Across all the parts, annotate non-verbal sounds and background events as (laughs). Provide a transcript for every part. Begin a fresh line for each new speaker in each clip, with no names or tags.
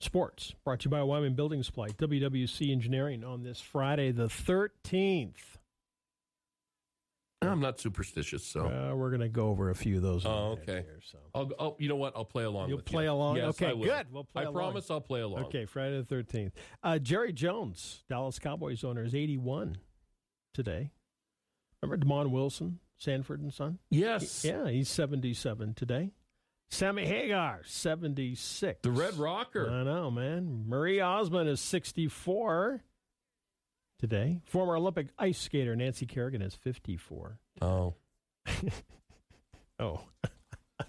Sports brought to you by Wyoming Building Supply, WWC Engineering on this Friday, the 13th.
I'm not superstitious, so
Uh, we're going to go over a few of those. in
Oh,
a minute
okay.
Here, so.
I'll. go- Oh, you know what? I'll play along.
You'll
with
play
you.
along?
Yes,
Okay,
I will.
good. We'll play
I
along.
promise I'll play along.
Okay, Friday the 13th. Uh, Jerry Jones, Dallas Cowboys owner, is 81 today. Remember Damon Wilson, Sanford and Son?
Yes.
Yeah, he's 77 today. Sammy Hagar, 76.
The Red Rocker.
I know, man. Marie Osmond is 64 today. Former Olympic ice skater Nancy Kerrigan is 54.
oh.
Oh,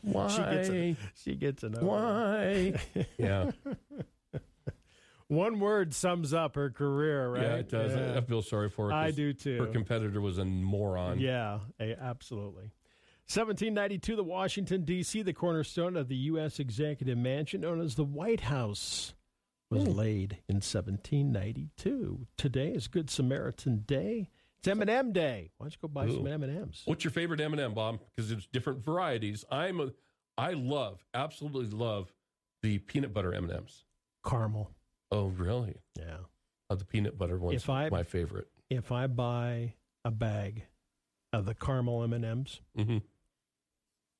Why?
(laughs) she gets Oh. a, she gets an
Why?
(laughs)
yeah.
One word sums up her career, right?
Yeah, it does. I- I
Yeah.
feel sorry for her.
I
'cause
do too.
Her competitor was a moron.
Yeah, a- absolutely. 1792, the Washington, D.C., the cornerstone of the U.S. Executive Mansion, known as the White House, was
Hmm.
laid in 1792. Today is Good Samaritan Day. It's M&M Day. Why don't you go buy some
Ooh.
M&Ms?
What's your favorite M and M, Bob? Because there's different varieties. I'm a. I love, absolutely love, the peanut butter M and M's.
Caramel.
Oh, really?
Yeah.
Oh, the peanut butter one's
If I-
my favorite.
If I buy a bag of the caramel M&Ms,
hmm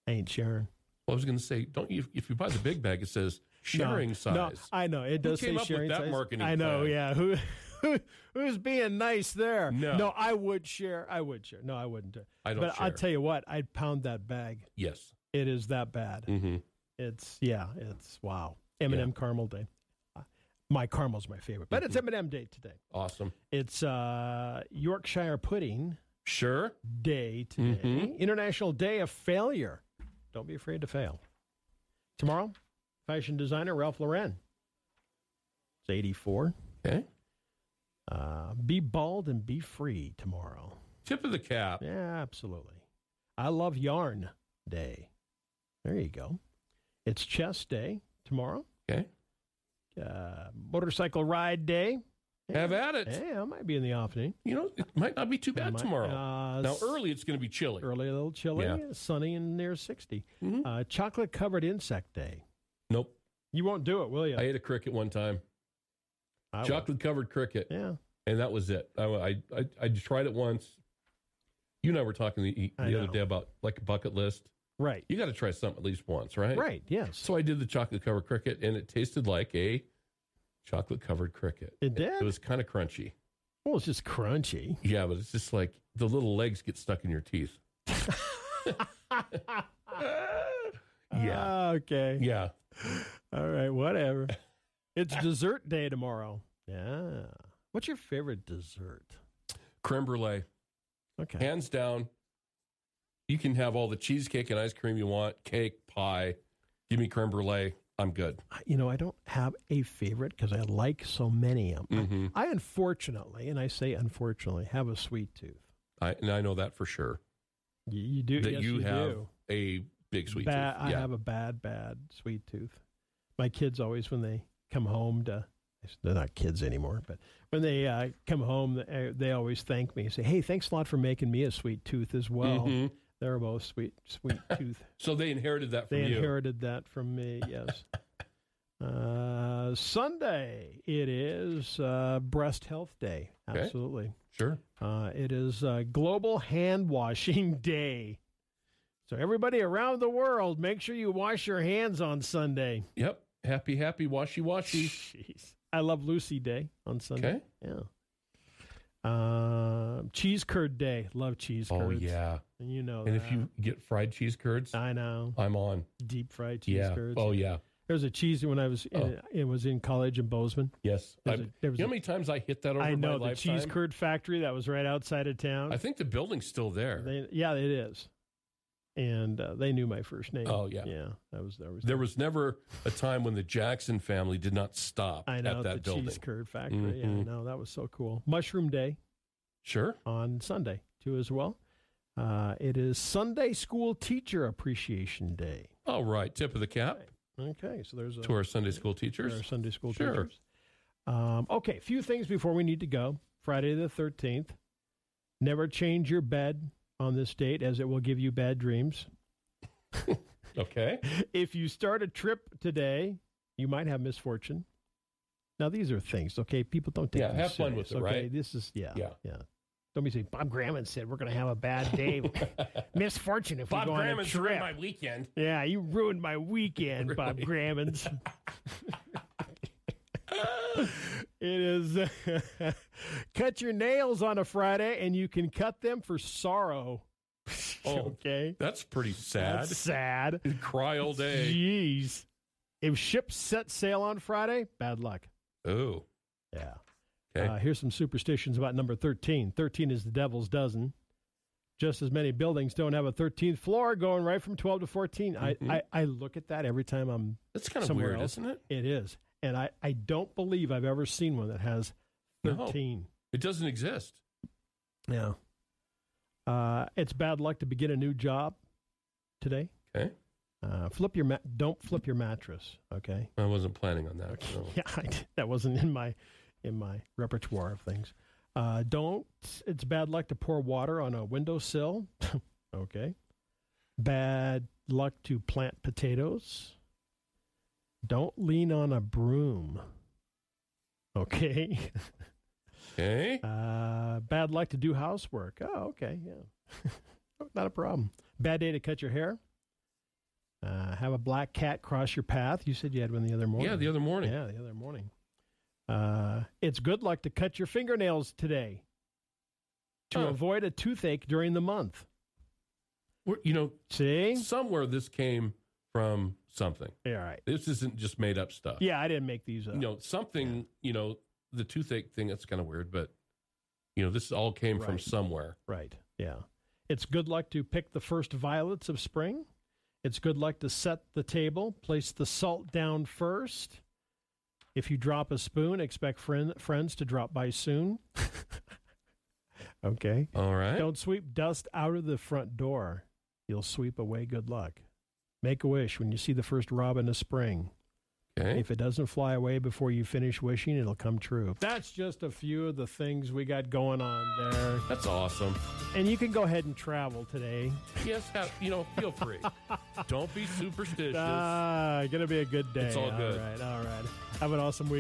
I ain't sharing.
Well, I was going to say, don't you? If you buy the big bag, it says sharing
no,
size.
No, I know it
Who
does
came
say
up with
sharing
that
size.
marketing
I know,
plan?
yeah. Who, (laughs) who who's being nice there?
No.
no, I would share. I would share. No, I wouldn't. do it.
I don't
But
share.
I'll tell you what, I'd pound that bag.
yes.
It is that bad.
hmm
It's yeah. It's wow. M and m caramel day. Uh, My caramel's my favorite, but
Mm-hmm.
it's M and m day today.
Awesome.
It's uh, Yorkshire pudding
Sure.
day today.
Mhm.
International Day of Failure. Don't be afraid to fail. Tomorrow, fashion designer Ralph Lauren. It's 84.
Okay.
Uh, be bald and be free tomorrow.
Tip of the cap.
Yeah, absolutely. I love yarn day. There you go. It's chess day tomorrow.
Okay.
Uh, motorcycle ride day.
Have at it.
Yeah, I might be in the afternoon.
You know, it might not be too bad
Might-
tomorrow.
uh,
now,
s-
early, it's going to be chilly.
Early, a little chilly,
Yeah.
sunny and near 60.
Mhm.
Uh, chocolate covered insect day.
Nope.
You won't do it, will you?
I ate a cricket one time,
I will.
chocolate covered cricket,
Yeah,
and that was it. I, I, I, I just tried it once. You and I were talking the, e,
I
the other
know.
day about like a bucket list.
right.
You got to try something at least once, right?
Right, yes.
So I did the chocolate covered cricket, and it tasted like a chocolate covered cricket.
It did?
It was kind of crunchy.
Well, it's just
(laughs)
crunchy. (laughs)
Yeah, but it's just like the little legs get stuck in your teeth. yeah.
Ah, okay.
Yeah.
All right, whatever. it's dessert day tomorrow. Yeah. What's your favorite dessert?
Creme brulee,
Okay.
hands down. You can have all the cheesecake and ice cream you want, cake, pie. Give me creme brulee. I'm good.
I- You know, I don't have a favorite because I like so many of 'em.
hmm
I unfortunately, and I say unfortunately, have a sweet tooth.
I, and I know that for sure.
You, you do.
that
yes,
you have
do.
a big sweet
Bad-
tooth.
I
yeah.
have a bad, bad sweet tooth. My kids always, when they come home to, they're not kids anymore, but when they uh, come home, they, they always thank me and say, "Hey, thanks a lot for making me a sweet tooth as well."
Mhm.
They're both sweet,
(laughs)
sweet tooth.
So they inherited that from
They
you.
inherited that from me.
(laughs)
Yes. uh, Sunday it is uh, Breast Health Day.
Okay.
Absolutely.
sure.
Uh, it is uh, Global Hand Washing (laughs) Day. So, everybody around the world, make sure you wash your hands on
(laughs)
Sunday.
Yep. Happy, happy, washy, washy.
Jeez. I love Lucy Day on Sunday.
Okay.
Yeah. Uh, cheese curd day. Love cheese curds.
Oh, yeah.
You know
And
that.
if you get fried cheese curds,
I know.
I'm on.
Deep fried cheese
Yeah.
curds.
Oh, yeah.
There was a cheese when I was in, it was in college in Bozeman.
Yes. I,
There's
you
a- there
know
was
how
a-
many times I hit that over
I know the
my lifetime?
cheese curd factory that was right outside of town.
I think the building's still there.
They, yeah, it is. And uh, they knew my first name.
Oh, yeah.
yeah. That was that was
there was never a time when the Jackson family did not stop
I know
at
the
that building.
cheese curd factory. Yeah,
Mhm.
no, that was so cool. Mushroom Day
Sure.
on Sunday too, as well. Uh, it is Sunday School Teacher Appreciation Day.
All right. Tip of the cap
Okay, so there's a
to our Sunday school
there are
teachers.
Sunday school
Sure.
teachers. Um, okay, a few things before we need to go. Friday the thirteenth. Never change your bed on this date, as it will give you bad dreams.
Okay.
if you start a trip today, you might have misfortune. Now these are things, okay? People don't take
Yeah,
them
have fun
serious,
with it,
okay?
right?
This is yeah, yeah,
Yeah.
Don't be saying Bob Gramman said we're going to have a bad
(laughs)
day, misfortune if
Bob
we go on a
Gramman's
trip.
ruined my weekend.
yeah, you ruined my
(laughs)
weekend, Bob Grammans. (laughs) it is (laughs) cut your nails on a Friday, and you can cut them for sorrow. (laughs)
Oh,
okay,
That's pretty sad.
that's sad.
Cry all day.
Jeez. If ships set sail on Friday, bad luck.
Oh,
Yeah.
Okay.
Uh, here's some superstitions about number 13. 13 is the devil's dozen. Just as many buildings don't have a 13th floor going right from 12 to 14.
Mhm.
I, I, I look at that every time I'm,
that's kind of
Somewhere
weird,
else.
isn't it?
it is. And I, I don't believe I've ever seen one that has
No.
13.
It doesn't exist.
Yeah. Uh, it's bad luck to begin a new job today.
Okay.
Uh, flip your mat. Don't flip your mattress. Okay.
I wasn't planning
(laughs)
on that.
Okay.
so.
Yeah, I did. that wasn't in my in my repertoire of things. Uh, don't. It's bad luck to pour water on a windowsill. (laughs) okay. Bad luck to plant potatoes. Don't lean on a broom. Okay. (laughs)
Okay.
Uh, bad luck to do housework. Oh, okay, yeah, (laughs) not a problem. Bad day to cut your hair. Uh, have a black cat cross your path. You said you had one the other (laughs) morning.
Yeah, the other morning.
Yeah, the other morning. Uh, it's good luck to cut your fingernails today to
Huh.
avoid a toothache during the month.
We're- You know,
See?
somewhere this came from something.
All right.
This isn't just made up stuff.
Yeah, I didn't make these up.
You know, something, you know, the toothache thing, that's kind of weird, but, you know, this all came from
Right.
somewhere.
Right. Yeah. It's good luck to pick the first violets of spring. It's good luck to set the table, place the salt down first. If you drop a spoon, expect friend, friends to drop by soon. (laughs) okay.
All right.
Don't sweep dust out of the front door. You'll sweep away good luck. Make a wish when you see the first robin of spring.
okay.
If it doesn't fly away before you finish wishing, it'll come true. That's just a few of the things we got going on there.
That's awesome.
And you can go ahead and travel today.
Yes, have, you know, feel free.
(laughs)
Don't be superstitious.
Ah, gonna be a good day.
It's all good.
All right, all right. Have an awesome week.